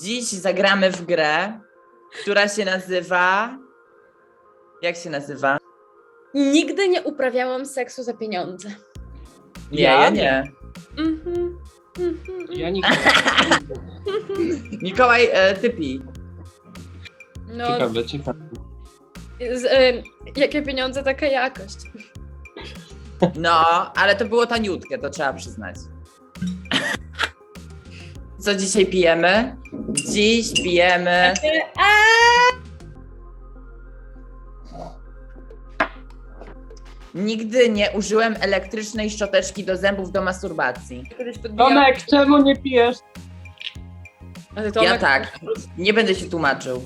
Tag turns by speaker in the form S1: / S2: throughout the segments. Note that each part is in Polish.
S1: Dziś zagramy w grę, która się nazywa. Jak się nazywa?
S2: Nigdy nie uprawiałam seksu za pieniądze.
S1: Nie,
S3: Ja?
S1: ja nie.
S2: Mhm. mhm.
S1: Mm.
S3: Ja nikogo.
S1: Mikołaj, e, ty pij.
S2: No,
S3: Ciekawe, ciekawe.
S2: z, y, jakie pieniądze, taka jakość.
S1: No, ale to było taniutkie, to trzeba przyznać. Co dzisiaj pijemy? Dziś pijemy. Nigdy nie użyłem elektrycznej szczoteczki do zębów do masturbacji.
S2: Kiedyś podbijam.
S3: Tomek, czemu nie pijesz?
S2: A ty, Tomek.
S1: Ja tak. Nie będę się tłumaczył.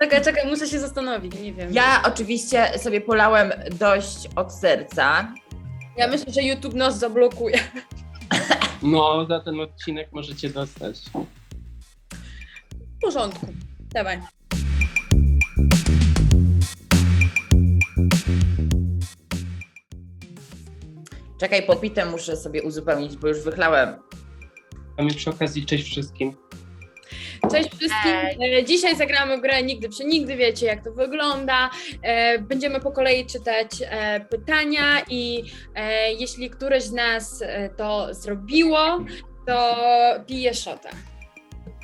S2: Czekaj, czekaj, muszę się zastanowić, nie wiem.
S1: Ja oczywiście sobie polałem dość od serca.
S2: ja myślę, że YouTube nas zablokuje.
S3: No, za ten odcinek możecie dostać.
S2: W porządku. Dawaj.
S1: Czekaj, popite muszę sobie uzupełnić, bo już wychlałem.
S3: A mi przy okazji cześć wszystkim.
S2: Cześć wszystkim. E, Dzisiaj zagramy w grę Nigdy przy Nigdy, wiecie jak to wygląda. E, Będziemy po kolei czytać e, pytania i e, jeśli któreś z nas e, to zrobiło, to pije szota.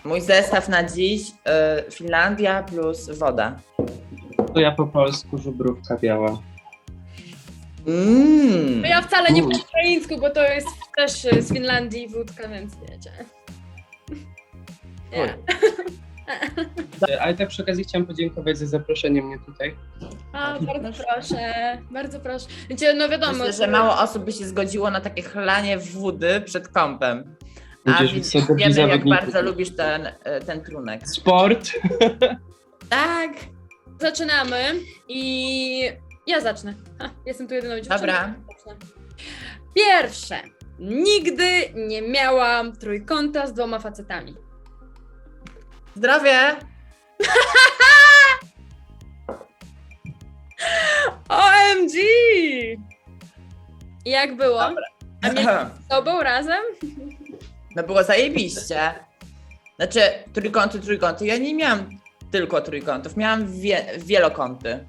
S1: Mój zestaw na dziś y, Finlandia plus woda.
S3: To ja po polsku żubrówka biała.
S1: Mmm.
S2: No ja wcale nie po
S3: Mm.
S2: ukraińsku, bo to jest też e, z Finlandii wódka, więc wiecie. Nie.
S3: E, Ale tak przy okazji chciałam podziękować za zaproszenie mnie tutaj.
S2: A, bardzo proszę, bardzo proszę. Znaczy, no wiadomo,
S1: Tak, no Myślę, że mało osób by się zgodziło na takie chlanie wody przed kąpem. A
S3: Będziesz
S1: widzisz,
S3: sobie dobrze
S1: wiemy, jak
S3: zawodnicy.
S1: bardzo lubisz ten, y, ten trunek.
S3: Sport.
S1: Tak,
S2: zaczynamy i ja zacznę. Ha, jestem tu jedyną dziewczyną.
S1: dobra.
S2: Zacznę. Pierwsze. Nigdy nie miałam trójkąta z dwoma facetami.
S1: Zdrowie!
S2: OMG! I Jak było? A mieliście z sobą razem?
S1: No było zajebiście. Znaczy, trójkąty, trójkąty. Ja nie miałam tylko trójkątów, miałam wie, wielokąty.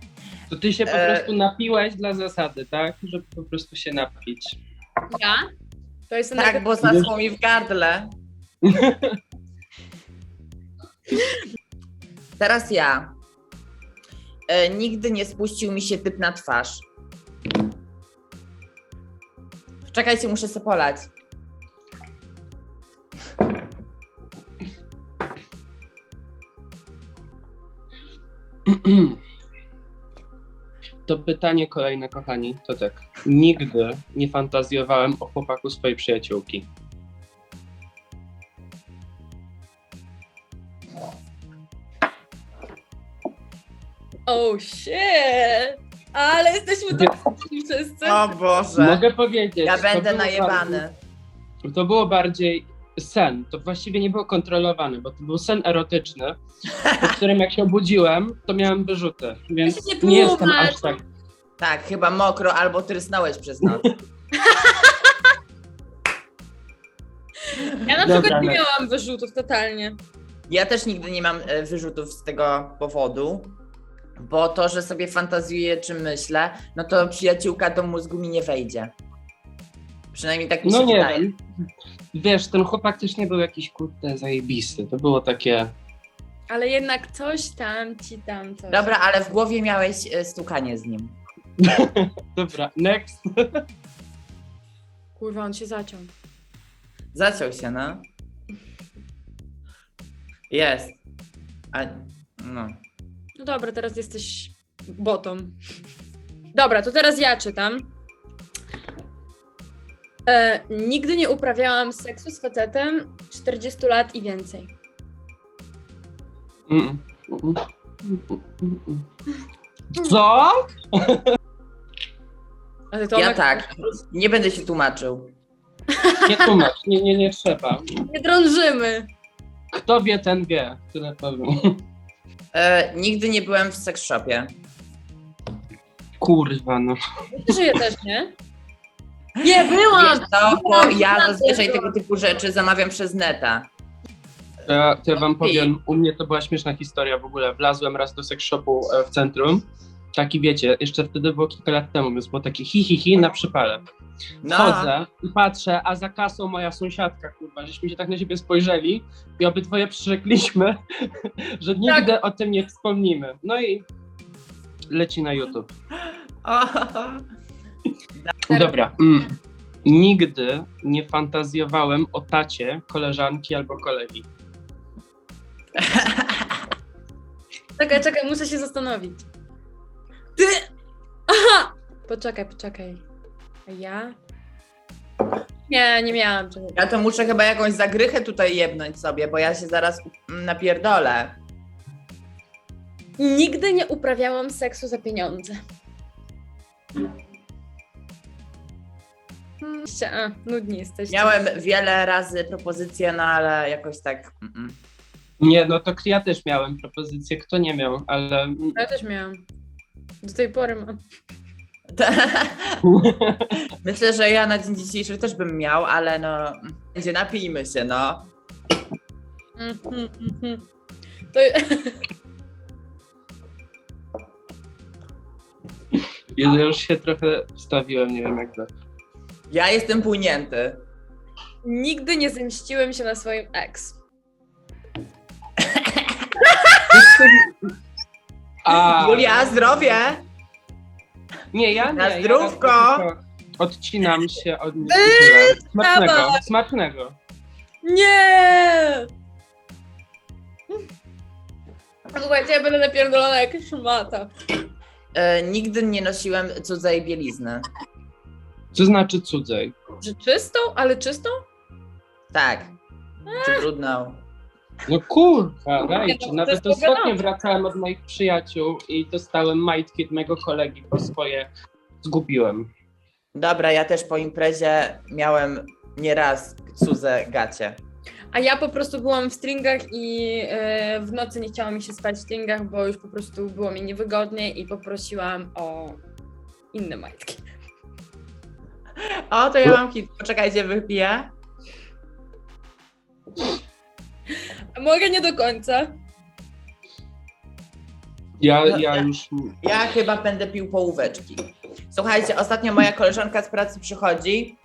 S3: To ty się po
S1: E.
S3: prostu napiłaś dla zasady, tak? Żeby po prostu się napić.
S2: Ja? To jest
S1: Tak,
S2: nawet-
S1: bo zaschło mi w gardle. Teraz ja. E, nigdy nie spuścił mi się typ na twarz. Czekajcie, muszę se polać.
S3: To pytanie kolejne, kochani, to tak. Nigdy nie fantazjowałem o chłopaku swojej przyjaciółki.
S2: Oh shit! Ale jesteśmy toksyczni wszyscy.
S1: O Boże.
S3: Mogę powiedzieć.
S1: Ja
S3: to
S1: będę
S3: było bardziej-
S1: najebany.
S3: To było bardziej sen. To właściwie nie było kontrolowane, bo to był sen erotyczny, po którym jak się obudziłem, to miałem wyrzuty. Więc
S2: Ja się
S3: nie jestem
S2: tłumacz.
S3: aż tak.
S1: Tak, chyba mokro albo trysnąłeś przez noc.
S2: Ja na
S3: Dobra,
S2: przykład nie
S3: no.
S2: miałam wyrzutów totalnie.
S1: Ja też nigdy nie mam e, wyrzutów z tego powodu, bo to, że sobie fantazjuję czy myślę, no to przyjaciółka do mózgu mi nie wejdzie. Przynajmniej tak mi się
S3: No nie
S1: wydaje.
S3: wiem. Wiesz, ten chłopak też nie był jakiś kurde zajebisty. To było takie.
S2: Ale jednak coś tam ci tam coś.
S1: Dobra, ale w głowie miałeś e, stukanie z nim.
S3: Dobra, next.
S2: Kurwa, on się zaciął.
S1: Zaciął się, no. Jest. A, no.
S2: No dobra, teraz jesteś botą. Dobra, to teraz ja czytam. E, nigdy nie uprawiałam seksu z facetem 40 lat i więcej.
S3: Mm, mm, mm, mm, mm. Co?
S2: Ale
S1: Ja tak. Nie będę się tłumaczył.
S3: Nie tłumacz, nie, nie, nie trzeba.
S2: Nie drążymy.
S3: Kto wie, ten wie. Tyle powiem.
S1: E, nigdy nie byłem w seksshopie.
S3: Kurwa, no.
S2: Myślę, że ja też nie. Nie byłam! No,
S1: Wiesz co, bo ja
S2: Byłam, no,
S1: zazwyczaj
S2: byłam.
S1: tego typu rzeczy zamawiam przez neta.
S3: To ja, to ja wam powiem, u mnie to była śmieszna historia w ogóle. Wlazłem raz do sex shopu e, w centrum. Taki wiecie, jeszcze wtedy było kilka lat temu, więc było takie hi hi hi na przypale.
S1: No.
S3: Chodzę i patrzę, a za kasą moja sąsiadka, kurwa, żeśmy się tak na siebie spojrzeli i obydwoje przyrzekliśmy, że nigdy o tym nie wspomnimy. No i leci na YouTube.
S1: O,
S3: Dobra. Mm. Nigdy nie fantazjowałem o tacie, koleżanki albo kolegi.
S2: Czekaj, czekaj, muszę się zastanowić.
S1: Ty!
S2: Aha! Poczekaj, poczekaj. A ja? Nie, nie miałam czegoś.
S1: ja to muszę chyba jakąś zagrychę tutaj jebnąć sobie, bo ja się zaraz mm, napierdolę.
S2: Nigdy nie uprawiałam seksu za pieniądze. Hmm, Jeszcze, a, nudni jesteście.
S1: Miałem wiele razy propozycje, no ale jakoś tak. Mm,
S3: Nie, no to ja też miałem propozycję, kto nie miał, ale mm,
S2: Ja też miałam. Do tej pory mam.
S1: mm. Myślę, że ja na dzień dzisiejszy też bym miał, ale no. Będzie napijmy się, no.
S2: Mhm, mhm. To...
S3: ja już się trochę wstawiłem, nie wiem jak to.
S1: Ja jestem płynięty.
S2: Nigdy nie zemściłem się na swoim ex.
S3: A,
S1: Julia, zdrowie!
S3: nie, ja nie.
S1: Na
S3: ja
S1: zdrówko!
S3: tylko Odcinam się od nich. i tyle. Smacznego,
S2: dawaj.
S3: smacznego.
S2: Nie! Słuchajcie, ja będę napierdolona jak szmata.
S1: E, nigdy nie nosiłem cudzej bielizny.
S3: Co znaczy cudzej?
S2: Że czystą, ale czystą?
S1: Tak. Czy trudno?
S3: No kurwa, rajcie.
S2: to
S3: Nawet
S2: jest pogadane.
S3: ostatnio wracałem od moich przyjaciół i dostałem majtki od mojego kolegi, bo swoje zgubiłem.
S1: Dobra, ja też po imprezie miałem nieraz cudze gacie.
S2: A ja po prostu byłam w stringach i e, w nocy nie chciało mi się spać w stringach, bo już po prostu było mi niewygodnie i poprosiłam o inne majtki.
S1: O, to ja mam hit. Poczekajcie, wypiję.
S2: A mogę nie do końca.
S3: Ja,
S1: No,
S3: ja
S1: ja-
S3: już...
S1: Ja chyba będę pił połóweczki. Słuchajcie, ostatnio moja koleżanka z pracy przychodzi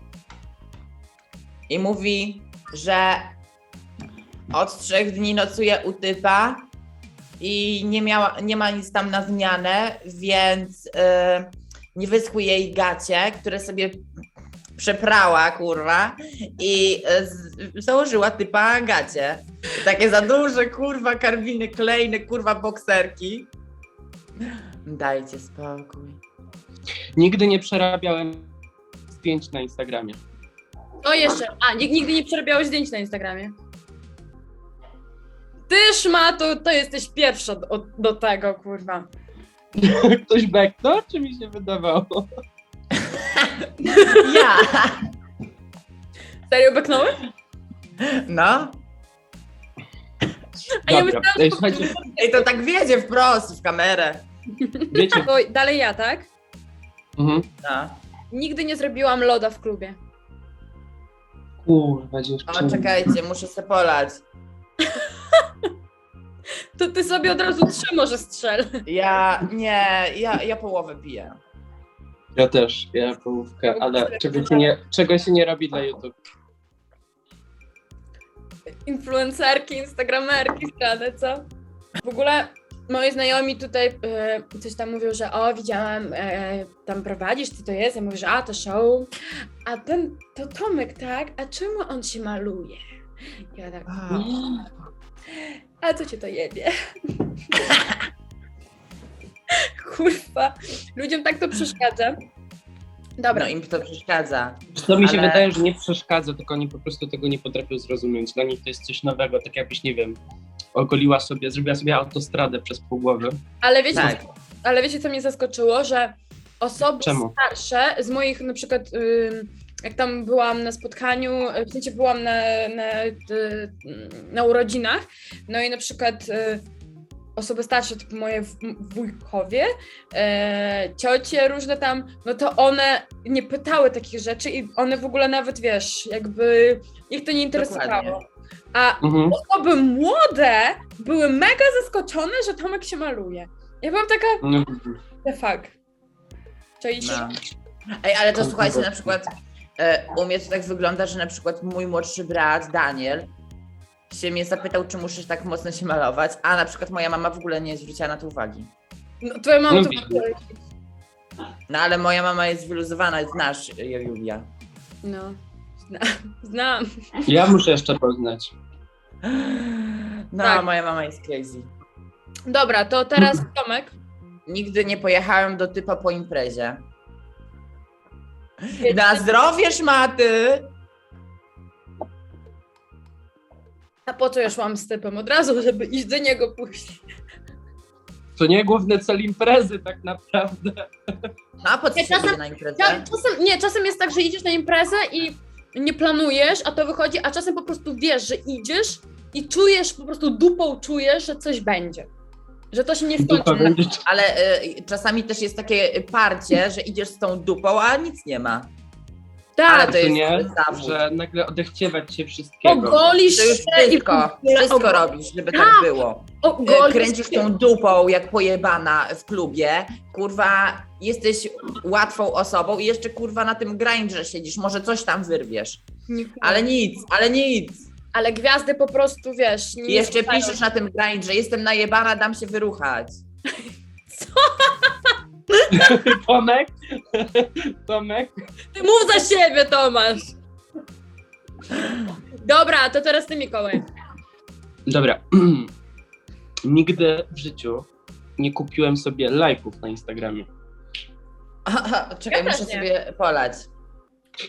S1: i mówi, że od trzech dni nocuje u typa i nie, miała, nie ma nic tam na zmianę, więc y, nie wyschły jej gacie, które sobie przeprała, kurwa, i y, z, założyła typa gacie. Takie za duże, kurwa, karwiny, klejne, kurwa, bokserki. Dajcie spokój.
S3: Nigdy nie przerabiałem zdjęć na Instagramie.
S2: O jeszcze, a nig- nigdy nie przerabiałeś zdjęć na Instagramie. Ty szmatu, to jesteś pierwsza do, do tego, kurwa.
S3: Ktoś beknął, czy mi się wydawało?
S1: Ja!
S2: Serio beknąłeś?
S1: No.
S2: A ja
S3: Dobra.
S2: myślałam,
S3: Ej,
S2: że po
S3: słuchajcie,
S2: prostu-
S1: I to tak wiedzie wprost w kamerę.
S3: wiecie...
S2: to dalej ja, tak?
S3: Mhm.
S1: No.
S2: Nigdy nie zrobiłam loda w klubie.
S3: Kurwa,
S1: O,
S3: dziewczyny.
S1: czekajcie, muszę se polać.
S2: To ty sobie od razu trzy może strzel.
S1: Ja, nie, ja, ja połowę piję.
S3: Ja też, ja połówkę, ale czego się nie, czego się nie robi dla YouTube.
S2: influencerki, instagramerki strane, co? W ogóle moi znajomi tutaj e, coś tam mówią, że o, widziałam, e, tam prowadzisz, ty to jest, ja mówię, że a, to show, a ten, to Tomek, tak, a czemu on się maluje? Ja tak,
S1: A,
S2: a co cię to jebie? Kurwa, ludziom tak to przeszkadza. Dobra,
S1: No im to przeszkadza.
S3: To mi się
S1: Ale-
S3: wydaje, że nie przeszkadza, tylko oni po prostu tego nie potrafią zrozumieć. Dla nich to jest coś nowego, tak jakbyś, nie wiem, ogoliła sobie, zrobiła sobie autostradę przez pół głowy.
S2: ale wiecie,
S1: Tak.
S2: ale wiecie, co mnie zaskoczyło, że osoby
S3: Czemu?
S2: starsze z moich na przykład, ym, jak tam byłam na spotkaniu, y, w sensie byłam na, na, y, na urodzinach, no i na przykład y, osoby starsze, typu moje w- wujkowie, e, ciocie różne tam, no to one nie pytały takich rzeczy i one w ogóle nawet, wiesz, jakby ich to nie interesowało.
S1: Dokładnie.
S2: a
S3: Mhm.
S2: osoby młode były mega zaskoczone, że Tomek się maluje. Ja byłam taka,
S3: No,
S2: the fuck. Czai się.
S1: No. Ej, ale to słuchajcie, na przykład e, u mnie to tak wygląda, że na przykład mój młodszy brat Daniel się mnie zapytał, czy muszę tak mocno się malować, a na przykład moja mama w ogóle nie zwróciła na to uwagi.
S2: No, twoja mama to
S3: Lubię.
S1: No ale moja mama jest wyluzowana, znasz e, Julia.
S2: No, zna, znam.
S3: Ja muszę jeszcze poznać.
S1: No,
S2: Tak.
S1: moja mama jest crazy.
S2: Dobra, to teraz Tomek.
S1: Nigdy nie pojechałem do typa po imprezie.
S2: Wiecie-
S1: Na zdrowie szmaty!
S2: A po co ja szłam z typem? Od razu, żeby iść do niego później.
S3: To nie główny cel imprezy tak naprawdę.
S1: No a po co
S2: Ja
S1: się
S2: czasem-
S1: idzie na imprezę?
S2: Ja, czasem, nie, czasem jest tak, że idziesz na imprezę i nie planujesz, a to wychodzi, a czasem po prostu wiesz, że idziesz i czujesz, po prostu dupą czujesz, że coś będzie. Że to się nie
S1: znaczy,
S3: Dupa
S2: skończy.
S3: będzie
S1: Ale e, czasami też jest takie parcie, że idziesz z tą dupą, a nic nie ma. Ale
S2: Tak,
S1: to jest
S3: nie,
S1: zawód.
S3: że nagle odechciewać się wszystkiego.
S2: ogolisz
S1: To już
S2: się i
S1: wszystko, wszystko robisz, żeby tak było. E,
S2: ogolisz
S1: Kręcisz tą dupą jak pojebana w klubie, kurwa, jesteś łatwą osobą i jeszcze kurwa na tym grindrze siedzisz, może coś tam wyrwiesz, ale
S2: Tak.
S1: nic, ale nic.
S2: ale gwiazdy po prostu, wiesz, nie
S1: I jeszcze
S2: słuchają.
S1: piszesz na tym grindrze, jestem najebana, dam się wyruchać.
S3: Tomek? Tomek?
S2: Ty mów za siebie, Tomasz! Dobra, to teraz ty, Mikołaj.
S3: Dobra. Nigdy w życiu nie kupiłem sobie lajków na Instagramie.
S1: Czekaj,
S2: Ja też
S1: muszę
S2: nie.
S1: sobie polać.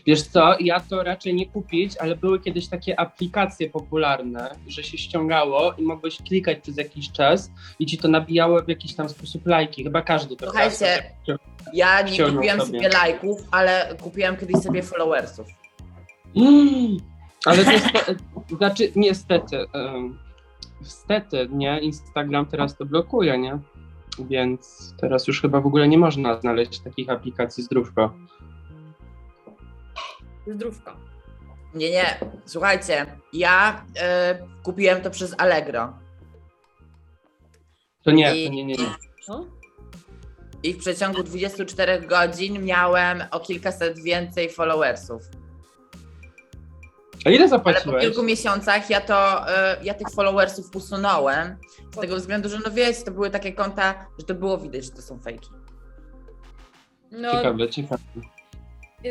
S3: Wiesz co, ja to raczej nie kupić, ale były kiedyś takie aplikacje popularne, że się ściągało i mogłeś klikać przez jakiś czas i ci to nabijało w jakiś tam sposób lajki. Chyba każdy to
S1: Słuchajcie, ja nie
S3: Ściągnął
S1: kupiłam
S3: sobie.
S1: sobie lajków, ale kupiłam kiedyś sobie followersów.
S3: Mm, ale to jest, znaczy niestety, em, niestety, nie, Instagram teraz to blokuje, nie? Więc teraz już chyba w ogóle nie można znaleźć takich aplikacji zdrówko.
S2: Zdrówko.
S1: Nie, nie, słuchajcie, ja e, kupiłem to przez Allegro.
S3: To nie,
S1: I-
S3: to nie, nie, nie.
S2: Co?
S1: I w przeciągu 24 godzin miałem o kilkaset więcej followersów.
S3: A ile
S1: Ale po
S3: zapłaciłeś?
S1: kilku miesiącach ja to, e, ja tych followersów usunąłem z tego względu, że no wiecie, to były takie konta, że to było widać, że to są fejki.
S2: No,
S3: Ciekawe, ciekawe.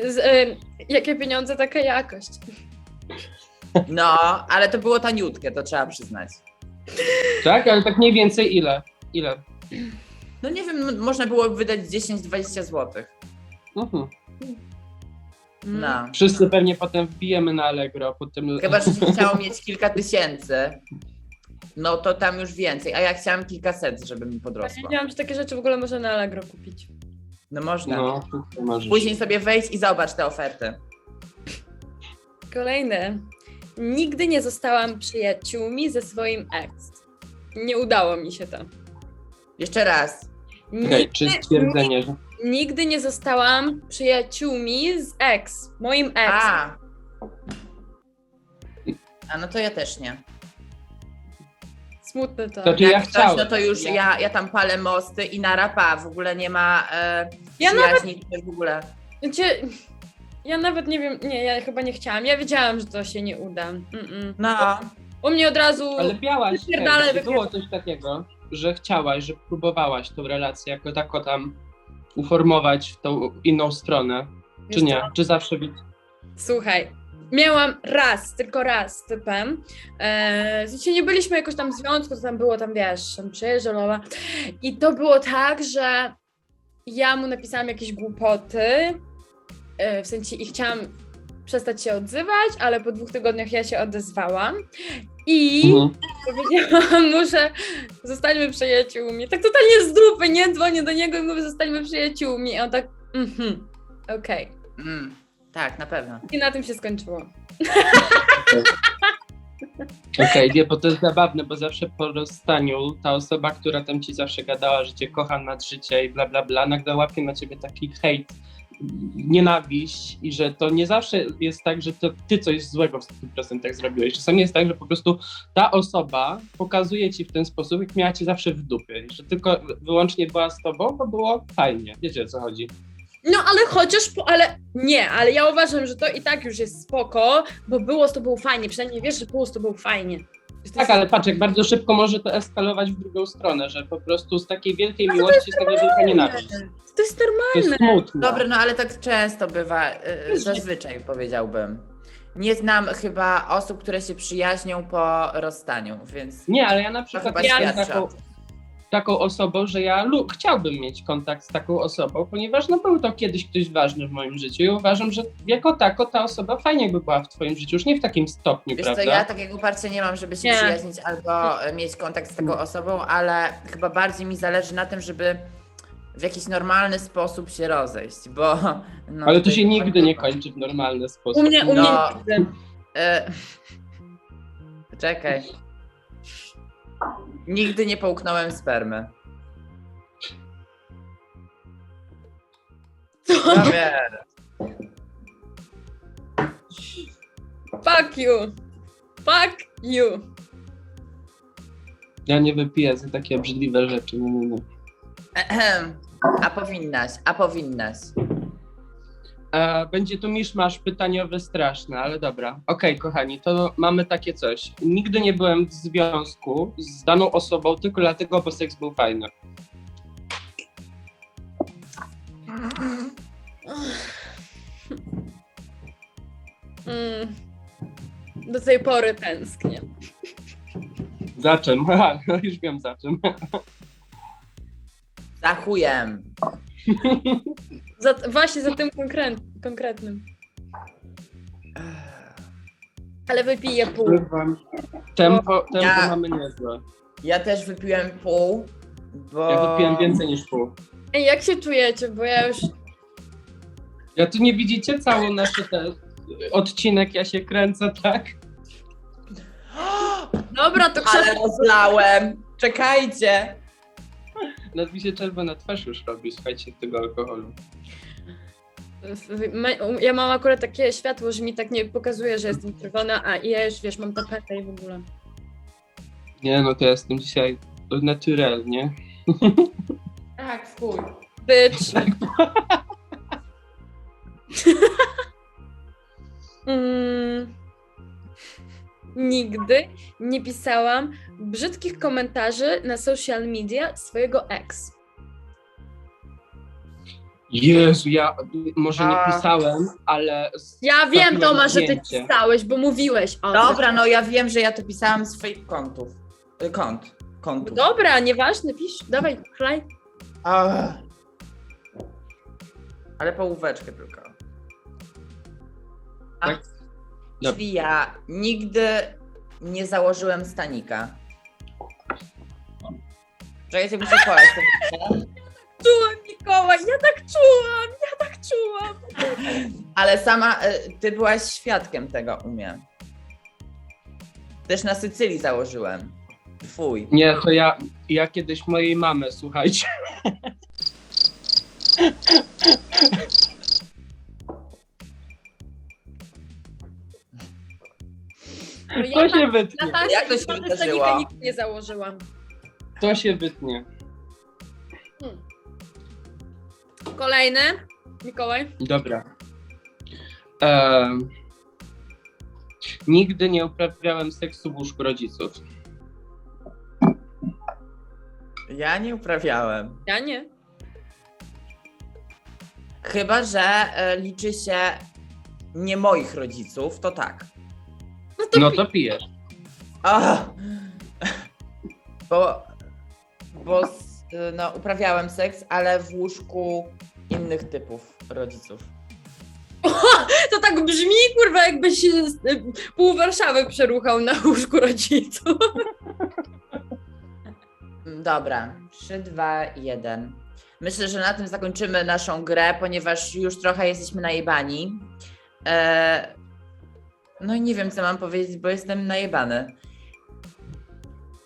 S2: z, y, jakie pieniądze, taka jakość.
S1: No, ale to było taniutkie, to trzeba przyznać.
S3: Tak, ale tak mniej więcej ile? Ile?
S1: No nie wiem, m- można było wydać 10-20 zł.
S3: Mhm.
S2: Mm.
S1: No.
S3: Wszyscy pewnie potem wbijemy na Allegro, potem...
S1: Chyba, że się chciało mieć kilka tysięcy, no to tam już więcej, a ja chciałam kilkaset, żeby mi
S2: Ja nie
S1: podrosło.
S2: wiedziałam, że takie rzeczy w ogóle można na Allegro kupić.
S1: No można.
S3: No, to możesz.
S1: Później sobie wejdź i zobacz te oferty.
S2: Kolejne. Nigdy nie zostałam przyjaciółmi ze swoim ex. Nie udało mi się to.
S1: Jeszcze raz.
S3: Okej,
S2: Ni-
S3: czy stwierdzenie, że...
S2: nigdy nie zostałam przyjaciółmi z ex, moim ex.
S1: A. A no to ja też nie.
S2: Smutne to.
S3: Znaczy ja
S1: Jak coś,
S3: chciałem.
S1: no to już ja, ja tam palę mosty i narapa, w ogóle nie ma e,
S2: Ja
S1: przyjaźni czy w ogóle.
S2: Cię... Znaczy, Ja nawet nie wiem, nie, ja chyba nie chciałam. Ja wiedziałam, że to się nie uda. Mm-mm.
S1: No,
S2: U mnie od razu.
S3: Ale miałaś, tak,
S2: Wypierdalaj,
S3: czy było coś takiego, że chciałaś, że próbowałaś tą relację jako tako tam uformować w tą inną stronę, czy nie? Czy zawsze... wi-
S2: Słuchaj, miałam raz, tylko raz z typem. Eee, Znaczy nie byliśmy jakoś tam w związku, to tam było tam, wiesz, tam przyjeżdżał, lola. I to było tak, że ja mu napisałam jakieś głupoty, e, w sensie i chciałam przestać się odzywać, ale po dwóch tygodniach ja się odezwałam i
S3: Mhm.
S2: powiedziałam mu, że zostańmy przyjaciółmi. Tak totalnie z dupy, nie? Dzwonię do niego i mówię, zostańmy przyjaciółmi. I on tak, mhm, okej.
S1: mm, tak, na pewno.
S2: I na tym się skończyło.
S3: Okej, wie, bo to jest zabawne, bo zawsze po rozstaniu ta osoba, która tam ci zawsze gadała, że cię kocha nad życie i bla bla bla, nagle łapie na ciebie taki hejt nienawiść i że to nie zawsze jest tak, że to ty coś złego w 100% zrobiłeś. Czasami jest tak, że po prostu ta osoba pokazuje ci w ten sposób, jak miała cię zawsze w dupie, że tylko wyłącznie była z tobą, bo było fajnie. Wiecie o co chodzi.
S2: No ale chociaż, po, ale nie, ale ja uważam, że to i tak już jest spoko, bo było z tobą fajnie, przynajmniej wiesz, że było z tobą fajnie. Że to
S3: Tak,
S2: jest-
S3: ale patrz, jak bardzo szybko może to eskalować w drugą stronę, że po prostu z takiej wielkiej miłości jest taka wielka nienawiść.
S2: To jest normalne.
S3: To jest smutne.
S1: Dobra, no ale tak często bywa, y, zazwyczaj powiedziałbym. Nie znam chyba osób, które się przyjaźnią po rozstaniu, więc
S3: Nie, ale ja na
S1: to
S3: przykład
S1: chyba
S2: ja-
S3: jestem
S1: świadczy o
S3: taką,
S1: tym.
S3: taką osobą, że ja lu- chciałbym mieć kontakt z taką osobą, ponieważ no był to kiedyś ktoś ważny w moim życiu i uważam, że jako tako ta osoba fajnie jakby była w twoim życiu, już nie w takim stopniu,
S1: Wiesz co,
S3: prawda?
S1: ja takiego parcia nie mam, żeby się
S2: Nie.
S1: przyjaźnić albo e, mieć kontakt z
S3: Hmm.
S1: taką osobą, ale chyba bardziej mi zależy na tym, żeby w jakiś normalny sposób się rozejść, bo... No,
S3: Ale to
S1: tutaj
S3: się nigdy nie
S1: chyba-
S3: kończy w normalny
S2: U
S3: sposób.
S2: mnie, u mnie
S1: No.
S2: nigdy.
S1: E, Czekaj. Nigdy nie połknąłem spermy. Ja wiem.
S2: Fuck you. Fuck you.
S3: Ja nie wypiję za takie obrzydliwe rzeczy. Nie, nie, nie.
S1: Ehem. A powinnaś, a powinnaś.
S3: E, będzie tu miszmasz pytaniowy straszny, ale dobra. Okej, kochani, to mamy takie coś. Nigdy nie byłem w związku z daną osobą tylko dlatego, bo seks był fajny.
S2: Mm. Do tej pory tęsknię.
S3: Za czym? Haha, no już wiem za czym.
S1: Za chujem.
S2: Za, właśnie za tym konkret, konkretnym. Ale wypiję pół.
S3: Tempo, tempo
S1: Ja-
S3: mamy niezłe.
S1: Ja też wypiłem pół, bo...
S3: Ja wypiłem więcej niż pół.
S2: Ej, jak się czujecie? Bo ja już.
S3: Ja tu nie widzicie cały nasz ten odcinek, ja się kręcę, tak?
S2: Dobra, to
S1: Ale
S2: krzesło.
S1: rozlałem. Czekajcie.
S3: Nawet mi się czerwona twarz już robi, słuchajcie, tego alkoholu.
S2: W- ma- Ja mam akurat takie światło, że mi tak nie pokazuje, że jestem czerwona, a ja już wiesz, mam tapetę i w ogóle.
S3: Nie no, to ja jestem dzisiaj naturalnie.
S1: Tak, w chuj.
S2: Bitch. mm. Nigdy nie pisałam brzydkich komentarzy na social media swojego ex.
S3: Jezu, ja może nie
S1: A.
S3: pisałem, ale s-
S2: Ja wiem,
S3: Trafiłem
S2: Toma,
S3: na
S2: że ty
S3: zdjęcie.
S2: pisałeś, bo mówiłeś o tym.
S1: Dobra, no ja wiem, że ja to pisałam z fake kontów. Y, Kont. Kontów.
S2: Dobra, nieważne, pisz, dawaj, klej.
S1: Ach. Ale połóweczkę tylko. A,
S3: Tak? Dobra.
S1: Czyli ja nigdy nie założyłem stanika. Czekajcie, muszę kolać to piszę.
S2: Czułam, Mikołaj, ja tak czułam, ja tak czułam.
S1: Ale sama y, ty byłaś świadkiem tego u mnie. Też na Sycylii założyłem. Twój.
S3: Nie, to ja, ja kiedyś mojej mamy, słuchajcie.
S2: No ja
S3: To
S2: tak,
S3: się wytnie,
S2: na
S1: Jak to się
S2: stanika
S1: wydarzyło?
S2: nigdy nie założyłam.
S3: to się wytnie.
S2: Kolejny, Mikołaj.
S3: Dobra. Em, nigdy nie uprawiałem seksu w łóżku rodziców.
S1: Ja nie uprawiałem.
S2: Ja nie.
S1: Chyba, że y, liczy się nie moich rodziców, to tak.
S2: No to,
S3: No to pijesz.
S1: Ach, Ah. bo, bo s- no, uprawiałem seks, ale w łóżku innych typów rodziców.
S2: to tak brzmi, kurwa, jakbyś e, pół Warszawy przeruchał na łóżku rodziców.
S1: Dobra, 3, 2, 1. Myślę, że na tym zakończymy naszą grę, ponieważ już trochę jesteśmy najebani. E, no i nie wiem, co mam powiedzieć, bo jestem najebany.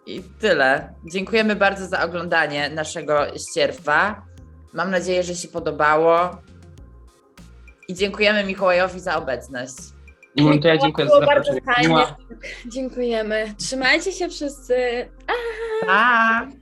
S1: I tyle. Dziękujemy bardzo za oglądanie naszego ścierwa. Mam nadzieję, że się podobało. I dziękujemy Mikołajowi za obecność.
S3: No to ja dziękuję za
S2: Było bardzo
S3: zaproszenie.
S2: fajnie.
S3: Mua.
S2: Dziękujemy. Trzymajcie się wszyscy.
S1: Pa!